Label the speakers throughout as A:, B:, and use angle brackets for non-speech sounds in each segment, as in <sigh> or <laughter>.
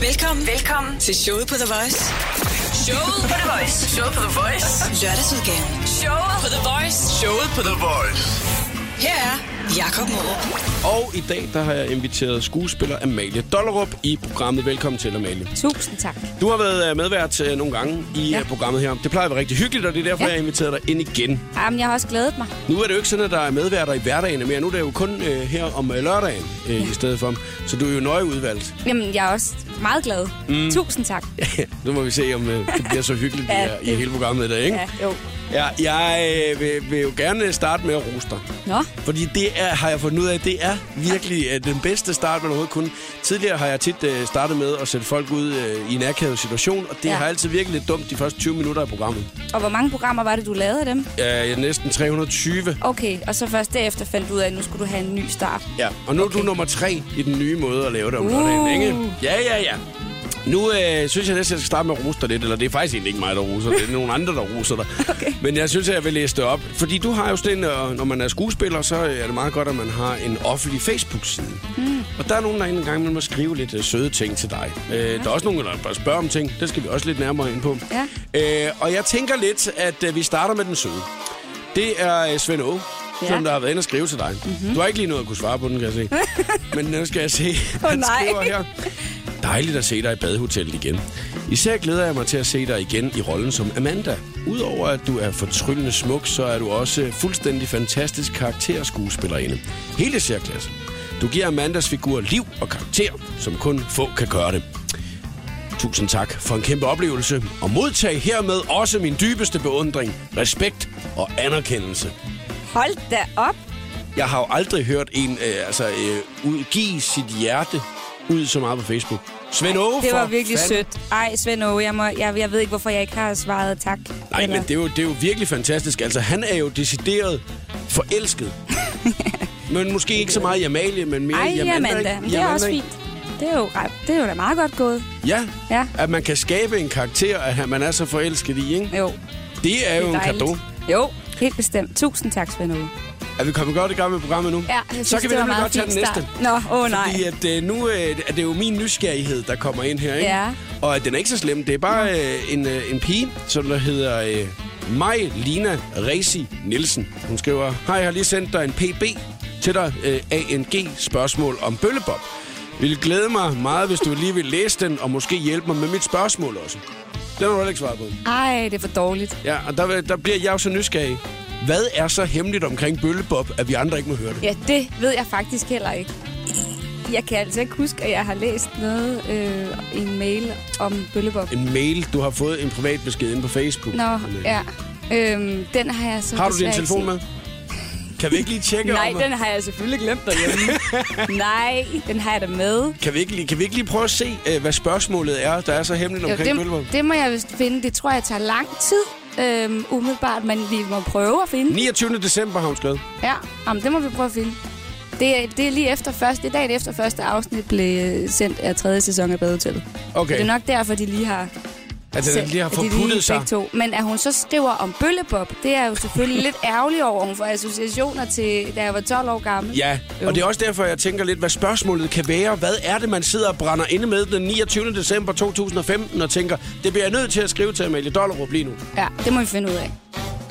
A: Velkommen. Velkommen til showet på The Voice. Showet på The Voice. Showet på The Voice. Lørdagsudgaven. Showet på The Voice. Showet på The Voice. Her er Jakob Morup.
B: Og i dag der har jeg inviteret skuespiller Amalie Dollerup i programmet. Velkommen til, Amalie.
C: Tusind tak.
B: Du har været øh, medvært øh, nogle gange i ja.
C: Ja.
B: programmet her. Det plejer at være rigtig hyggeligt, og det er derfor, ja.
C: Ja.
B: jeg har inviteret dig ind igen.
C: Jamen, jeg har også glædet mig.
B: Nu er det jo ikke sådan, at der er medværter i hverdagen mere. Nu er det jo kun øh, her om øh, lørdagen øh, ja. i stedet for. Så du er jo nøje udvalgt. <laughs>
C: Jamen, jeg er også meget glad. Mm. Tusind tak.
B: nu må vi se, om øh, det bliver så hyggeligt
C: Ja,
B: ja, det... i
C: det-
B: hele programmet i dag, ikke?
C: Ja, jo.
B: Ja. ja jeg øh, vil, vil jo gerne starte med at rose dig.
C: Nå,
B: Fordi det er, har jeg fundet ud af, det er virkelig øh, den bedste start, man overhovedet kunne. Tidligere har jeg tit øh, startet med at sætte folk ud øh, i en akavet situation, og det ja.
C: Ja.
B: har altid virket lidt dumt de første 20 minutter af programmet.
C: og hvor mange programmer var det, du lavede af dem?
B: Øh, Jeg er næsten 320.
C: Okay, og så først derefter fandt du ud af, at nu skulle du have en ny start.
B: Ja, og nu okay. er du nummer tre i den nye måde at lave det om
C: Uh.
B: lørdagen, ikke? Ja, ja, ja. Nu øh, synes jeg næsten, jeg skal starte med at rose dig lidt, eller det er faktisk egentlig ikke mig, der roser dig, det er nogle andre, der roser <laughs> dig.
C: Okay.
B: Men jeg synes, at jeg vil læse det op, fordi du har jo sådan en, øh, når man er skuespiller, så øh, er det meget godt, at man har en offentlig Facebook-side. Mm. Og der er nogen, der en gang man må skrive lidt øh, søde ting til dig. Øh, der er også nogen, der bare spørger om ting, det skal vi også lidt nærmere ind på. Ja. Øh, og jeg tænker lidt, at øh, vi starter med den søde. Det er øh, Svend Aage, ja.
C: Ja.
B: som der har været inde og skrive til dig. Mm-hmm. Du har ikke lige nået at kunne svare på den, kan jeg se. Men nu skal jeg se.
C: Åh,
B: Han
C: nej.
B: skriver her. Dejligt at se dig i badehotellet igen. Især glæder jeg mig til at se dig igen i rollen som Amanda. Udover at du er fortryllende smuk, så er du også fuldstændig fantastisk karakterskuespillerinde. Hele særklasse. Du giver Amandas figur liv og karakter, som kun få kan gøre det. Tusind tak for en kæmpe oplevelse, og modtag hermed også min dybeste beundring, respekt og anerkendelse.
C: Hold da op.
B: Jeg har jo aldrig hørt en øh, altså, øh, udgive sit hjerte ud så meget på Facebook. Svend Åge,
C: Det var
B: for
C: virkelig
B: fanden.
C: sødt. Ej, Svend Åge, jeg, må, jeg, jeg ved ikke, hvorfor jeg ikke har svaret tak.
B: Nej, men det er, jo, det er jo virkelig fantastisk. Altså, han er jo decideret
C: <laughs>
B: forelsket. men måske ikke så meget i Amalie, men mere
C: Ej,
B: i
C: Amanda.
B: Amanda.
C: Amanda.
B: ikke?
C: Men
B: I
C: det er også
B: ikke?
C: fint. Det er, jo ret, det er jo da meget godt gået.
B: Ja.
C: Ja.
B: at man kan skabe en karakter, at han- man er så forelsket i, ikke?
C: Jo,
B: Det er jo
C: det
B: en
C: er dejligt.
B: gave.
C: Jo, helt bestemt. Tusind tak, Svend Åge.
B: Er vi kommet godt i gang med programmet nu?
C: Ja, jeg synes,
B: så kan vi
C: det var
B: nemlig
C: meget
B: godt tage den
C: fin
B: næste.
C: start. Nå, åh nej.
B: Fordi at, øh, nu øh, er det jo min nysgerrighed, der kommer ind her. Ikke?
C: Ja.
B: Og øh, den er ikke så slem. Det er bare øh, en, øh, en pige, som der hedder øh, Maj Lina Resi Nielsen. Hun skriver, Hej, jeg har lige sendt dig en pb til dig, øh, ANG-spørgsmål om bøllebop. Vil glæde mig meget, hvis du lige vil læse den, og måske hjælpe mig med mit spørgsmål også. Den har du heller ikke svaret på.
C: Ej, det er for dårligt.
B: Ja, og der, der bliver jeg jo så nysgerrig. Hvad er så hemmeligt omkring bøllebop, at vi andre ikke må høre det?
C: Ja, det ved jeg faktisk heller ikke. Jeg kan altså ikke huske, at jeg har læst noget øh, i en mail om Bøllebop.
B: en mail, du har fået en privat besked inde på Facebook.
C: Nå,
B: Men, øh,
C: ja. Øhm, den har jeg så
B: Har du din
C: desværre
B: telefon
C: ikke
B: med? Kan vi ikke lige
C: set.
B: tjekke om,
C: <laughs> Nej, den har jeg selvfølgelig glemt
B: <laughs>
C: derhjemme. Nej, den har jeg da med.
B: kan, vi ikke, lige- kan vi ikke lige prøve at se, øh, hvad spørgsmålet er, der er så hemmeligt
C: Jo,
B: omkring Bøllevold?
C: det, det må jeg vist finde. Det tror jeg tager lang tid, øhm, umiddelbart, men vi må prøve at finde.
B: 29. december har hun skrevet.
C: Ja, jamen, det må vi prøve at finde. Det er, det er lige efter første, det er dagen efter første afsnit blev sendt af tredje sæson af Badehotellet.
B: Okay,
C: Det er nok derfor, de lige har
B: at den lige har
C: at de
B: forputtet sig.
C: begge To. Men at hun så skriver om bøllebop, det er jeg jo
B: <laughs>
C: selvfølgelig lidt ærgerlig over. Hun får associationer til, da jeg var 12 år gammel.
B: Ja, og
C: Jo.
B: det er også derfor, jeg tænker lidt, hvad spørgsmålet kan være. Hvad er det, man sidder og brænder inde med den 29. december 2015 og tænker, det bliver jeg nødt til at skrive til Amalie Dollerup lige nu.
C: ja, det må vi finde ud af.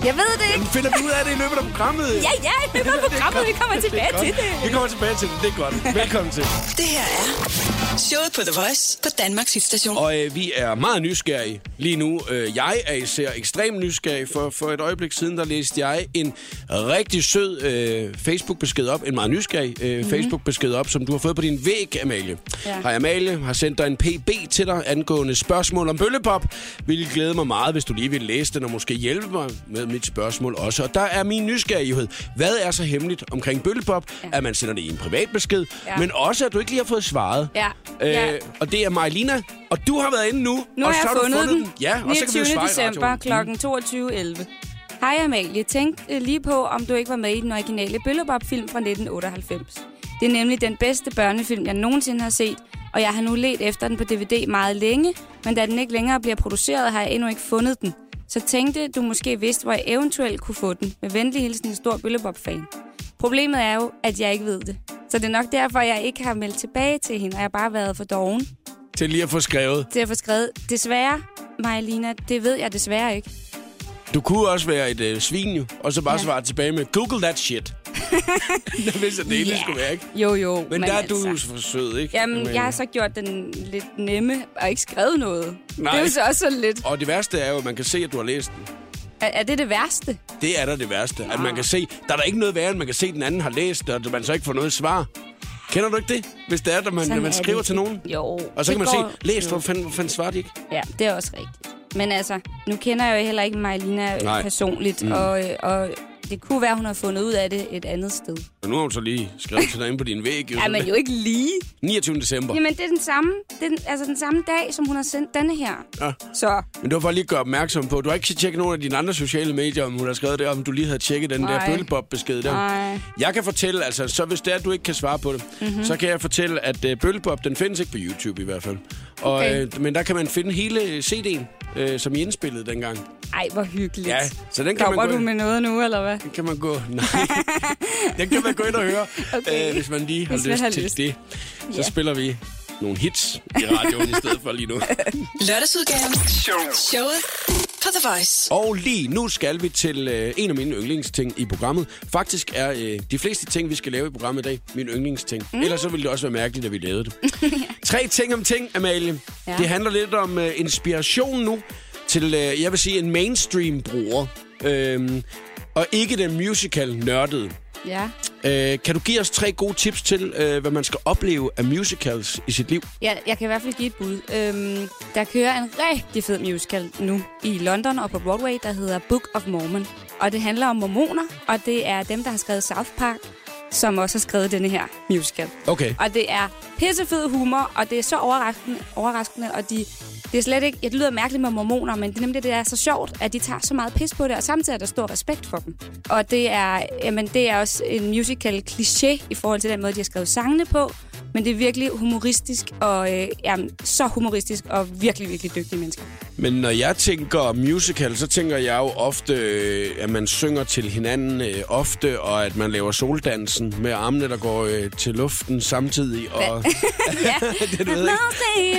C: Jeg ved det ikke.
B: Jamen, finder vi ud af det i løbet af programmet?
C: Ja, ja,
B: <laughs>
C: det var programmet. Vi kommer tilbage til det.
B: Vi kommer tilbage til det, det er godt. Velkommen til.
A: Det her er showet på The Voice på Danmarks hitstation.
B: Og øh, vi er meget nysgerrige lige nu. Øh, jeg er især ekstremt nysgerrig, for for et øjeblik siden, der læste jeg en rigtig sød øh, Facebook-besked op, en meget nysgerrig øh, mm-hmm. Facebook-besked op, som du har fået på din væg, Amalie. Ja.
C: Mhm. Ja.
B: Hej Amalie, har sendt dig en pb til dig angående spørgsmål om bøllebop. Vil glæde mig meget, hvis du lige vil læse den, og måske hjælpe mig med mit spørgsmål også. Og der er min nysgerrighed. Hvad er så hemmeligt omkring bøllebop? Ja. At man sender det i en privat besked, ja.
C: Ja.
B: men også at du ikke lige har fået svaret.
C: Ja.
B: Øh,
C: Ja.
B: Og det er Majlina, og du har været inde nu.
C: Nu
B: og
C: har
B: så
C: jeg
B: du
C: fundet, den.
B: Ja, og så kan vi jo
C: 29.
B: svare i
C: december
B: radioen. Mm.
C: kl. 22.11. Hej Amalie, tænk øh, lige på, om du ikke var med i den originale Bøllebop-film fra 1998. Det er nemlig den bedste børnefilm, jeg nogensinde har set, og jeg har nu let efter den på DVD meget længe, men da den ikke længere bliver produceret, har jeg endnu ikke fundet den. Så tænkte du måske vidste, hvor jeg eventuelt kunne få den. Med venlig hilsen en stor Bøllebop-fan. Problemet er jo, at jeg ikke ved det. Så det er nok derfor, jeg ikke har meldt tilbage til hende, og jeg har bare været for doven.
B: til lige at få skrevet.
C: til at få skrevet. Desværre, Maja det ved jeg desværre ikke.
B: Du kunne også være et øh, svin, jo, og så bare ja.
C: Ja.
B: svare tilbage med, Google that
C: <laughs>
B: shit. Hvis det endelig yeah. skulle være, ikke?
C: Jo, jo. altså.
B: Men, Men der er du jo for sød, ikke?
C: Jamen,
B: Men-
C: jeg har så gjort den lidt nemme og ikke skrevet noget.
B: Nej.
C: Det er jo så også sådan lidt.
B: Og det værste er jo, at man kan se, at du har læst den.
C: Er, er det det værste?
B: Det er da det værste. At
C: Ah.
B: man kan se, der er der ikke noget værre, end man kan se, at den anden har læst, og at man så ikke får noget svar. Kender du ikke det? Hvis det er, at man,
C: Sådan
B: når man
C: er
B: skriver
C: det.
B: til nogen.
C: Jo.
B: Og så
C: Det
B: kan man
C: går-
B: se, læs, hvor fanden, hvor fanden svarer de ikke?
C: Ja, det er også rigtigt. Men altså, nu kender jeg jo heller ikke Majlina øh,
B: Nej.
C: personligt, mm. og, øh, og det kunne være, hun har fundet ud af det et andet sted.
B: Og nu har hun så lige skrevet til dig inde på din væg. Jo.
C: Ja, men jo ikke lige.
B: 29. december.
C: Jamen, det er den samme, det er den, altså den samme dag, som hun har sendt denne her.
B: Ja.
C: Så
B: Men det var for lige at gøre opmærksom på. Du har ikke tjekket nogen af dine andre sociale medier, om hun har skrevet det, om du lige havde tjekket den
C: Nej.
B: der bøllebob-besked der.
C: Nej. Mhm.
B: Jeg kan fortælle, altså, så hvis det er, at du ikke kan svare på det, mm-hmm. så kan jeg fortælle, at uh, bøllebob, den findes ikke på YouTube i hvert fald. Og,
C: Okay.
B: øh, men der kan man finde hele øh, CD'en, øh, som I indspillede dengang.
C: ej, hvor hyggeligt.
B: Ja, så den kan
C: Kommer
B: man gå
C: du
B: ind-
C: med noget nu, eller hvad?
B: Den kan man gå... <laughs> Nej, den kan man gå ind og høre,
C: Okay.
B: øh, hvis man lige har
C: Hvis man
B: lyst
C: har
B: til
C: lyst.
B: det. Så
C: Ja.
B: spiller vi nogle hits i radioen i stedet for lige nu.
C: <laughs>
A: Lørdagsudgaven. Show. Showet på The Voice.
B: Og lige nu skal vi til øh, en af mine yndlingsting i programmet. Faktisk er øh, de fleste ting, vi skal lave i programmet i dag, mine yndlingsting. Mm. Ellers så ville det også være mærkeligt, at vi lavede <laughs> det. Tre ting om ting, Amalie. Ja.
C: Ja.
B: Det handler lidt om øh, inspiration nu til, øh, jeg vil sige, en mainstream-bruger. Øhm, og ikke den musical-nørdede.
C: Ja.
B: Øh, kan du give os tre gode tips til, øh, hvad man skal opleve af musicals i sit liv?
C: Ja, jeg kan i hvert fald give et bud. Øhm, der kører en rigtig fed musical nu i London og på Broadway, der hedder Book of Mormon. Og det handler om mormoner, og det er dem, der har skrevet South Park, som også har skrevet denne her musical.
B: Okay.
C: Og det er pissefed humor, og det er så overraskende, overraskende og de, det er slet ikke, ja, det lyder mærkeligt med mormoner, men det er nemlig, det er så sjovt, at de tager så meget pis på det, og samtidig er der stor respekt for dem. Og det er, jamen, det er også en musical kliché i forhold til den måde, de har skrevet sangene på, men det er virkelig humoristisk, og øh, jamen, så humoristisk, og virkelig, virkelig dygtige mennesker.
B: Men når jeg tænker musical, så tænker jeg jo ofte, øh, at man synger til hinanden øh, ofte, og at man laver soldansen med armene, der går øh, til luften samtidig. Og, <laughs>
C: ja,
B: Det ved jeg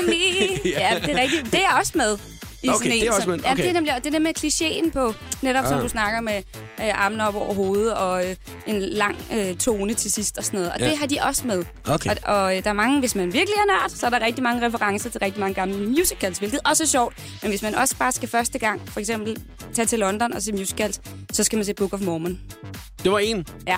C: Nothing
B: <laughs>
C: me.
B: Ja.
C: ja. det er rigtigt. Det er også med. I
B: Okay,
C: sådan en,
B: det er også
C: som-
B: med.
C: Ja,
B: Okay.
C: det er nemlig det der med klichéen på, netop ah. som
B: Ah.
C: du snakker med øh, armene op over hovedet og øh, en lang øh, tone til sidst og sådan noget. Og
B: Ja.
C: ja. det har de også med.
B: Okay.
C: Og, og øh, der er mange, hvis man virkelig er nørd, så er der rigtig mange referencer til rigtig mange gamle musicals, hvilket også er sjovt. Men hvis man også bare skal første gang, for eksempel tage til London og se musicals, så skal man se Book of Mormon.
B: det var en.
C: Ja.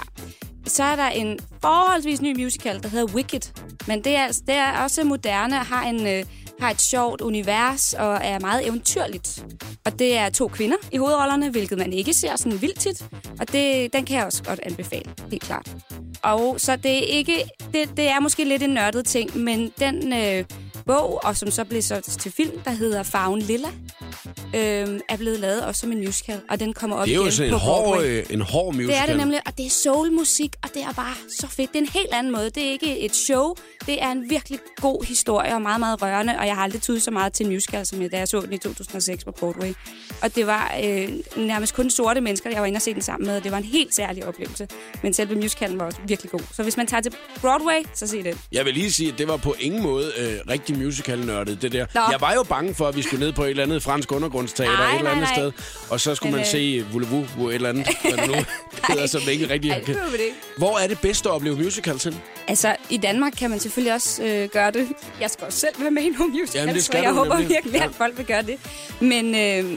C: Så er der en forholdsvis ny musical, der hedder Wicked. Men det er, altså- det er også moderne og har, en, øh, har et sjovt univers og er meget eventyrligt. Og det er to kvinder i hovedrollerne, hvilket man ikke ser sådan vildt tit. Og det, den kan jeg også godt anbefale, helt klart. Og så det er ikke det, det er måske lidt en nørdet ting, men den øh, bog, og som så blev så til film, der hedder Farven Lilla, øh, er blevet lavet også som en musical, og den kommer op
B: Det er jo
C: igen
B: sådan
C: på
B: en hård,
C: Broadway.
B: øh, en hård
C: Det
B: musical.
C: er det nemlig, og det er soulmusik, og det er bare så fedt. Det er en helt anden måde. Det er ikke et show. Det er en virkelig god historie og meget, meget rørende, og jeg har aldrig tydet så meget til en musical, som jeg, da jeg så den i 2006 på Broadway. Og det var øh, nærmest kun sorte mennesker, jeg var inde og se den sammen med, og det var en helt særlig oplevelse. Men selve musicalen var også virkelig god. Så hvis man tager til Broadway, så se den.
B: Jeg vil lige sige, at det var på ingen måde øh, rigtig musical-nørdet, det der.
C: Nå.
B: Jeg var jo bange for, at vi skulle ned på et eller andet fransk undergrundsteater
C: Ej,
B: et eller
C: nej,
B: andet
C: nej.
B: sted, og så skulle
C: Men,
B: man se
C: øh,
B: Vulevu, et eller
C: <laughs>
B: andet, hvad det nu hedder, som ikke rigtig...
C: Ej, det behøver vi det ikke.
B: Hvor er det bedst at opleve musical til?
C: Altså, i Danmark kan man selvfølgelig også øh, gøre det. Jeg skal også selv være med i nogle musicals,
B: Jamen, det skal
C: så jeg
B: du
C: håber
B: nemlig.
C: virkelig,
B: Ja.
C: at folk vil gøre det. Men, øh,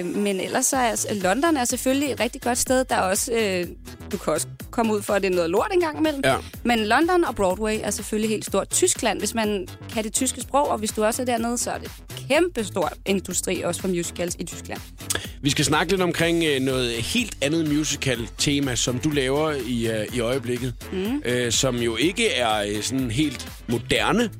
C: øh, men ellers så er London er selvfølgelig et rigtig godt sted. Der er også, øh, du kan også komme ud for, at det er noget lort engang imellem.
B: Ja.
C: Men London og Broadway er selvfølgelig helt stort. Tyskland, hvis man kan det tyske sprog, og hvis du også er dernede, så er det kæmpe stor industri også for musicals i Tyskland.
B: Vi skal snakke lidt omkring øh, noget helt andet musical-tema, som du laver i, øh, i øjeblikket, mm. øh, som jo ikke er øh, sådan helt moderne.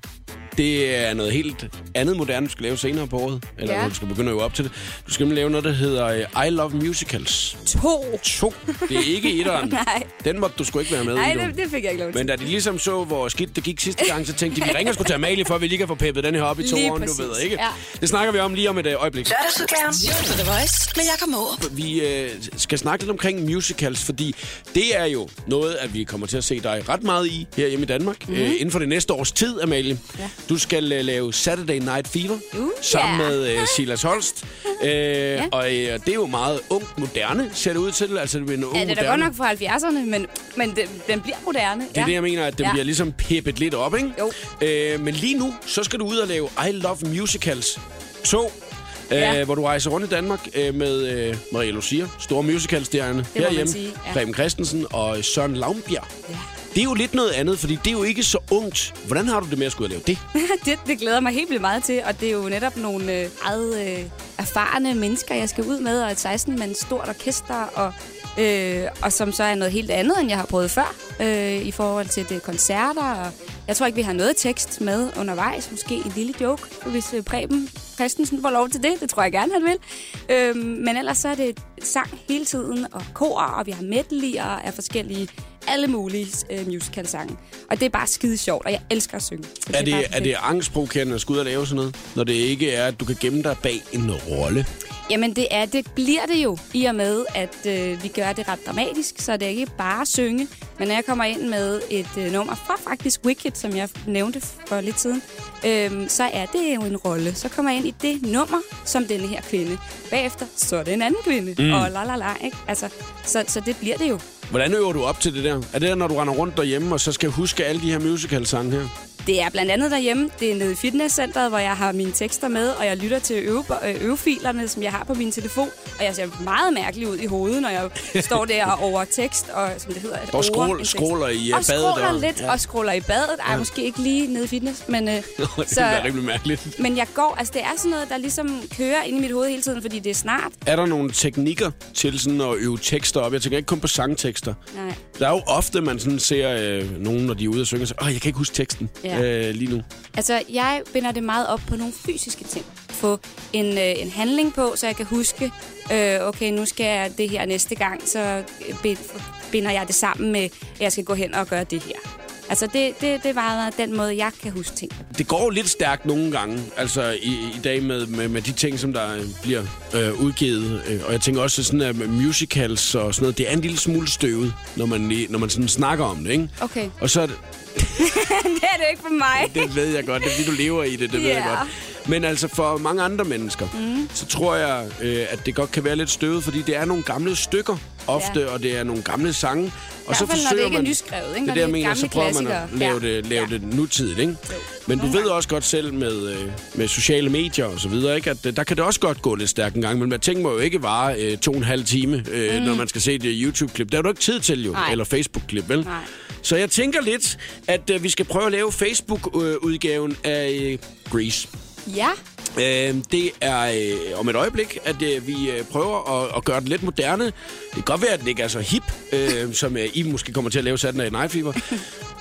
B: Det er noget helt andet moderne, du skal lave senere på året. Eller
C: Ja.
B: du skal begynde at øve op til det. Du skal nemlig lave noget, der hedder øh, I Love Musicals
C: To!
B: 2. Det er ikke etteren.
C: <laughs> Nej.
B: Den måtte du sgu ikke være med
C: Nej,
B: i. du.
C: det, det fik jeg ikke lov til.
B: Men da de ligesom så, hvor skidt det gik sidste gang, så tænkte de, vi ringer sgu til Amalie, for at vi lige kan få peppet den her op i to
C: Lige
B: år, du
C: præcis.
B: ved ikke.
C: Ja.
B: Det snakker vi om lige om et øh, øjeblik.
A: Lørdagsudgaven. Showet på The Voice med Jakob Morup.
B: vi øh, skal snakke lidt omkring musicals, fordi det er jo
C: Mhm.
B: noget, at vi kommer til at se dig ret meget i her hjemme i Danmark mm. øh, inden for det næste års tid, Amalie. Ja. Du skal øh, lave Saturday Night Fever
C: Uh,
B: sammen
C: ja.
B: med øh, Silas
C: <laughs>
B: Holst. Øh, ja. Og øh, det er jo meget ungt moderne, ser det ud til. Altså, det er en ung
C: Ja, det er da
B: moderne.
C: godt nok fra 70'erne, men, men den, den bliver moderne.
B: Det er ja. det, jeg mener, at det ja.
C: Ja.
B: bliver ligesom peppet lidt op, ikke?
C: Jo.
B: Øh, men lige nu, så skal du ud og lave I Love Musicals 2.
C: Ja.
B: Øh, hvor du rejser rundt i Danmark øh, med øh, Maria Lucia, store musicalstjerne
C: man
B: herhjemme,
C: sige, ja.
B: Preben Christensen og Søren Laumbjerg.
C: Ja.
B: Det er jo lidt noget andet, fordi det er jo ikke så ungt. Hvordan har du det med at skulle ud og lave det?
C: <laughs> det, det glæder jeg mig helt vildt meget til, og det er jo netop nogle øh, meget øh, erfarne mennesker, jeg skal ud med, og et 16-mands stort orkester, og, øh, og som så er noget helt andet, end jeg har prøvet før, øh, i forhold til det, koncerter, og jeg tror ikke, vi har noget tekst med undervejs, måske en lille joke, hvis øh, Preben Christensen får lov til det, det tror jeg gerne, han vil. Øh, men ellers så er det sang hele tiden, og kor, og vi har medleyer af forskellige alle mulige øh, musical-sange. Og det er bare skide sjovt, og jeg elsker at synge. Så
B: Er
C: bare
B: det, er
C: perfekt.
B: det angstprovokerende at skulle ud og lave sådan noget, når det ikke er, at du kan gemme dig bag en rolle?
C: Jamen det er, det bliver det jo, i og med, at øh, vi gør det ret dramatisk, så det er ikke bare at synge. Men når jeg kommer ind med et øh, nummer fra faktisk Wicked, som jeg nævnte for lidt siden, øh, så er det jo en rolle. Så kommer jeg ind i det nummer, som denne her kvinde. Bagefter, så er det en anden kvinde, mm. og la la la, ikke? Altså, så, så det bliver det jo.
B: Hvordan øver du op til det der? Er det der, når du render rundt derhjemme, og så skal huske alle de her musical-sange her? <laughs>
C: Det er blandt andet derhjemme. Det er nede i fitnesscenteret, hvor jeg har mine tekster med, og jeg lytter til øve, øh, øvefilerne, som jeg har på min telefon. Og jeg ser meget mærkelig ud i hovedet, når jeg
B: <laughs>
C: står der og over tekst, og som det hedder... at
B: Og
C: over
B: skrål-
C: en tekst.
B: skråler i, øh,
C: Og
B: badet
C: skråler
B: der.
C: lidt,
B: Ja.
C: og skråler i badet. Ej, måske ikke lige nede i fitness, men...
B: <laughs>
C: Øh,
B: det så... er rimelig mærkeligt.
C: men jeg går, altså det er sådan noget, der ligesom kører ind i mit hoved hele tiden, fordi det er snart.
B: Er der nogle teknikker til sådan at øve tekster op? Jeg tænker ikke kun på sangtekster.
C: Nej.
B: Der er jo ofte, man sådan ser øh, nogen, når de er ude og synge, og siger, åh, jeg kan ikke huske teksten
C: Ja.
B: øh, lige nu.
C: Altså, jeg binder det meget op på nogle fysiske ting. Få en, øh, en handling på, så jeg kan huske, øh, okay, nu skal jeg det her næste gang, så øh, bin- binder jeg det sammen med, at jeg skal gå hen og gøre det her. Altså, det, det, det er bare den måde, jeg kan huske ting.
B: Det går jo lidt stærkt nogle gange, altså i, i dag med, med, med de ting, som der øh, bliver øh, udgivet. Øh, Og jeg tænker også, at sådan at musicals og sådan noget, det er en lille smule støvet, når man, lige- når man sådan snakker om det, ikke?
C: Okay.
B: Og så er det,
C: <laughs> det er det ikke for mig.
B: det ved jeg godt, det er fordi, du lever i det, det ved jeg
C: Ja.
B: godt. Men altså for mange andre mennesker, mm. så tror jeg, øh, at det godt kan være lidt støvet, fordi det er nogle gamle stykker ofte, ja.
C: Ja.
B: og det er nogle gamle sange. Og
C: hvert
B: så
C: fald, når det
B: forsøger
C: ikke er
B: man,
C: nyskrevet,
B: Det
C: ikke? Når
B: er det,
C: det er
B: jeg mener, så
C: gamle
B: prøver man at
C: klassikere.
B: lave, det, lave
C: Ja.
B: det nutidigt, ikke? Men du
C: Nogle
B: ved
C: gange.
B: også godt selv med, øh, med sociale medier og så videre, ikke? at øh, der kan det også godt gå lidt stærkt en gang, men man tænker må jo ikke vare øh, to og en halv time, øh, mm. når man skal se det YouTube-klip. Der er du ikke tid til jo,
C: Nej.
B: eller Facebook-klip, vel?
C: Nej.
B: Så jeg tænker lidt, at øh, vi skal prøve at lave Facebook-udgaven af øh, Grease.
C: Ja.
B: Øh, det er øh, om et øjeblik, at øh, vi øh, prøver at, at gøre den lidt moderne. Det kan godt være, at den ikke er så hip, øh, <laughs> som øh, I måske kommer til at lave Saturday Night Fever.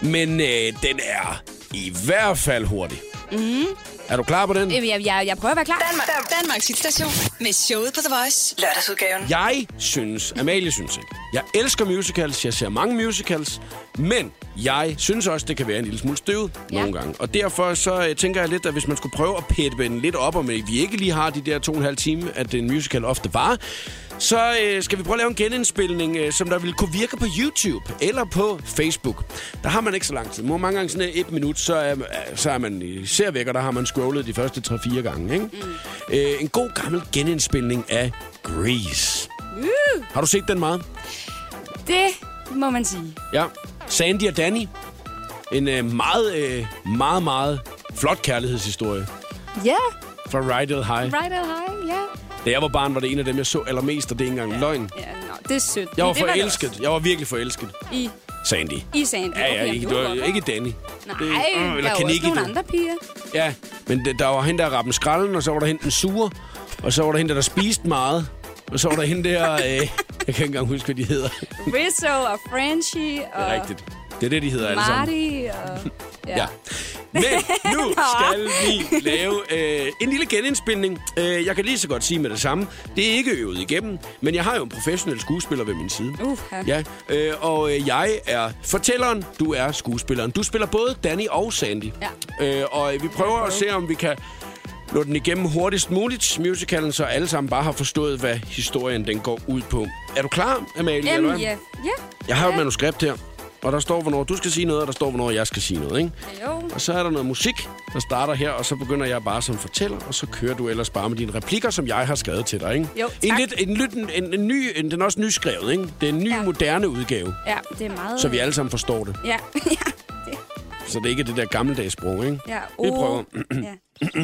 B: Men øh, den er i hvert fald hurtig. Mm.
C: Mm-hmm.
B: Er du klar på den?
C: Jamen, Jeg, jeg, jeg prøver at være klar.
A: Danmark, Danmarks hitstation med showet på The Voice. Lørdagsudgaven.
B: Jeg synes, Amalie synes ikke. Jeg elsker musicals, jeg ser mange musicals, men jeg synes også, det kan være en lille smule støvet ja.
C: Ja.
B: nogle gange. Og derfor så øh, tænker jeg lidt, at hvis man skulle prøve at pætte den lidt op, og med, vi ikke lige har de der to og en halv time, at en musical ofte var, så øh, skal vi prøve at lave en genindspilning, øh, som der vil kunne virke på YouTube eller på Facebook. Der har man ikke så lang tid. Må mange gange sådan øh, et minut, så er, øh, så er man i servæk, og der har man scrollet de første 3-4 gange. Ikke? Mm. Øh, en god gammel genindspilning af Grease. Har du set den meget?
C: Det må man sige.
B: Ja. Sandy og Danny. En øh, meget, øh, meget, meget flot kærlighedshistorie
C: Ja.
B: fra Rydell High.
C: Right and high, ja.
B: Da jeg var barn, var det en af dem, jeg så allermest, og det er ikke engang ja. løgn.
C: ja nå, det er sødt.
B: Jeg var
C: Men det det
B: forelsket. jeg var virkelig forelsket.
C: også I,
B: Sandy.
C: i sagen.
B: Ja, ja, ikke, det var, ikke Danny.
C: Nej,
B: Det- øh,
C: der er jo også
B: Kaneki,
C: nogle
B: du.
C: andre piger.
B: Ja, men det, der var hende, der rappen skralden, og så var der hende, den sure, og så var der hende, der, der spiste meget, og så var der hende der, øh, <laughs> jeg kan ikke engang huske, hvad de hedder. Det
C: Rizzo og Frenchie og...
B: er rigtigt. Det er det, de hedder alle sammen. <laughs>
C: Marty og...
B: Ja. Men <laughs> nu skal vi lave øh, en lille genindspilning. Øh, jeg kan lige så godt sige med det samme. Det er ikke øvet igennem, men jeg har jo en professionel skuespiller ved min side.
C: Uha.
B: Ja, øh, og øh, jeg er fortælleren, du er skuespilleren. Du spiller både Danny og Sandy. Ja. Øh, og øh, vi prøver at se, om vi kan nå den igennem hurtigst muligt, musicalen, så alle sammen bare har forstået, hvad historien den går ud på. Er du klar, Amalie? eller
C: Jamen,
B: hvad?
C: ja. ja.
B: Jeg har jo et
C: Ja.
B: manuskript her. Og der står, hvornår du skal sige noget, og der står, hvornår jeg skal sige noget, ikke?
C: Jo.
B: Og så er der noget musik, der starter her, og så begynder jeg bare som fortæller, og så kører du ellers bare med dine replikker, som jeg har skrevet til dig, ikke?
C: Jo,
B: En,
C: tak.
B: lidt, en, lidt, en, en, ny, en, den er også nyskrevet, ikke? Det er en ny, ja.
C: Ja.
B: moderne udgave,
C: Ja, det er meget...
B: så vi alle sammen forstår det.
C: Ja, <laughs> ja. Det,
B: Så det er ikke det der gammeldags sprog, ikke?
C: ja. oh.
B: Vi prøver.
C: ja.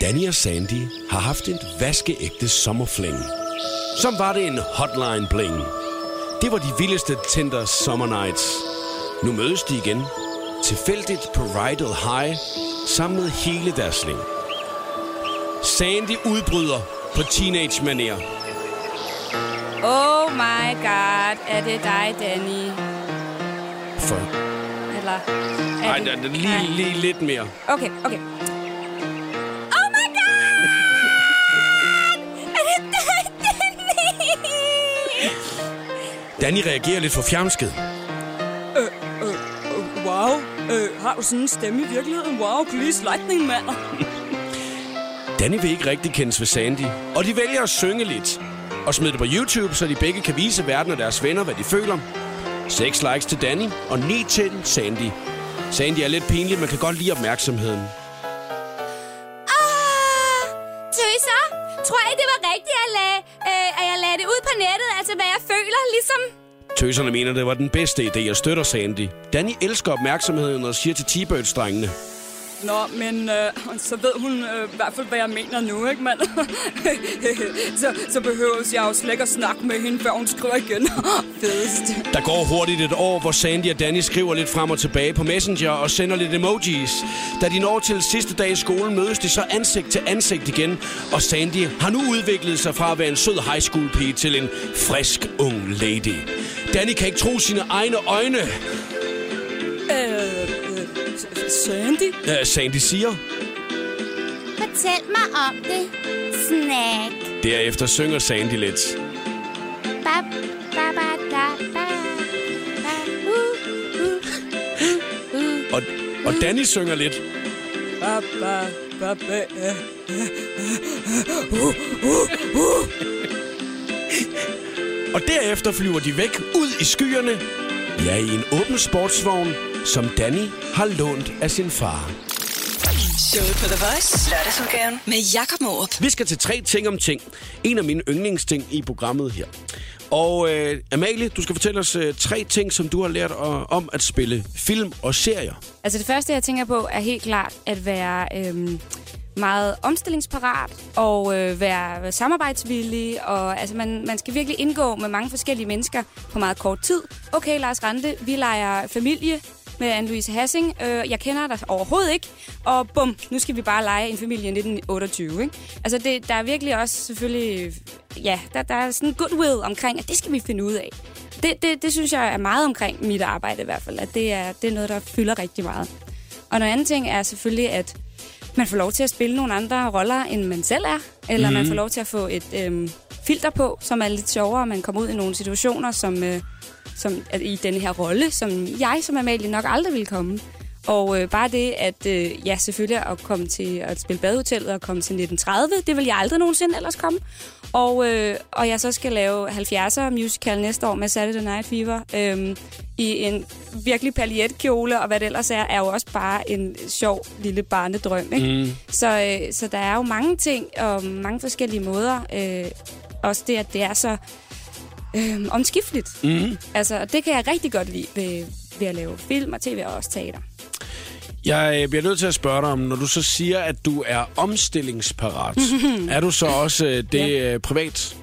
B: Danny og Sandy har haft en vaskeægte sommerfling. Som var det en hotline bling. Det var de vildeste Tinder Summer Nights. Nu mødes de igen. Tilfældigt på Rydal High. Sammen med hele deres sling. Sandy udbryder på teenage manier.
C: Oh my god, er det dig, Danny?
B: For...
C: Eller... Er
B: Ej, der, der, lige,
C: Nej.
B: lige lidt mere.
C: Okay, okay. Oh my god! Er det dig, Danny?
B: Danny reagerer lidt for fjamsket.
D: Øh, øh, øh, wow. Øh, har du sådan en stemme i virkeligheden? Wow, please, lightning, mand.
B: Danny vil ikke rigtig kendes ved Sandy, og de vælger at synge lidt. Og smide det på YouTube, så de begge kan vise verden og deres venner, hvad de føler. 6 likes til Danny, og 9 til Sandy. Sandy er lidt pinlig, men kan godt lide opmærksomheden.
C: Ah, tøser. Tror I, det var rigtigt, at jeg, lagde, øh, at jeg lagde det ud på nettet? Altså, hvad jeg føler, ligesom...
B: Tøserne mener, det var den bedste idé, jeg støtter Sandy. Danny elsker opmærksomheden og siger til T-Birds-drengene.
D: Nå, men øh, så ved hun øh, i hvert fald, hvad jeg mener nu, ikke, mand? <laughs> så, så behøves jeg jo slet ikke at snakke med hende, før hun skriver igen. <laughs> Fedest.
B: Der går hurtigt et år, hvor Sandy og Danny skriver lidt frem og tilbage på Messenger og sender lidt emojis. Da de når til sidste dag i skolen, mødes de så ansigt til ansigt igen, og Sandy har nu udviklet sig fra at være en sød high school pige til en frisk ung lady. Danny kan ikke tro sine egne øjne,
D: Øh, øh, Sandy?
B: øh, Sandy siger.
E: Fortæl mig om det. Snack.
B: Derefter synger Sandy lidt.
E: Ba, ba, ba, da, ba, ba. Uh, uh.
B: Og, og Danny synger lidt.
D: Ba, ba, ba, ba, øh.
B: Og derefter flyver de væk ud i skyerne. Ja, i en åben sportsvogn, som Danny har lånt af sin far.
A: Showet på The Voice. Lørdagsudgaven. Med Jakob Morup.
B: Vi skal til tre ting om ting. En af mine yndlingsting i programmet her. Og øh, Amalie, du skal fortælle os øh, tre ting, som du har lært øh, om at spille film og serier.
C: Altså, det første, jeg tænker på, er helt klart at være øhm, meget omstillingsparat og øh, være samarbejdsvillig. Og, altså, man, man skal virkelig indgå med mange forskellige mennesker på meget kort tid. Okay, Lars Rante, vi leger familie med Anne-Louise Hassing. Øh, jeg kender dig overhovedet ikke. Og bum, nu skal vi bare lege en familie i 1928. Ikke? Altså, det, der er virkelig også selvfølgelig... Ja, der, der er sådan en goodwill omkring, at det skal vi finde ud af. Det, det, det synes jeg er meget omkring mit arbejde i hvert fald, at det er, det er noget, der fylder rigtig meget. Og noget andet ting er selvfølgelig, at man får lov til at spille nogle andre roller, end man selv er. Eller mm. man får lov til at få et øhm, filter på, som er lidt sjovere, og man kommer ud i nogle situationer, som, øh, som at i den her rolle, som jeg som Amalie nok aldrig ville komme. Og øh, bare det, at øh, ja, selvfølgelig at komme til at spille badehotellet og komme til 1930, det vil jeg aldrig nogensinde ellers komme. Og, øh, og jeg så skal lave 70'er musical næste år med Saturday Night Fever øhm, i en virkelig paljetkjole, og hvad det ellers er, er jo også bare en sjov lille barnedrøm. Ikke? Mm. Så, øh, så der er jo mange ting og mange forskellige måder. Øh, også det, at det er så øh, omskifteligt. Mm.
B: Mhm.
C: Altså, og det kan jeg rigtig godt lide ved, ved at lave film og tv og også teater.
B: Jeg øh, bliver nødt til at spørge dig om, når du så siger, at du er omstillingsparat,
C: <laughs>
B: er du så også øh, det ja. øh, privat?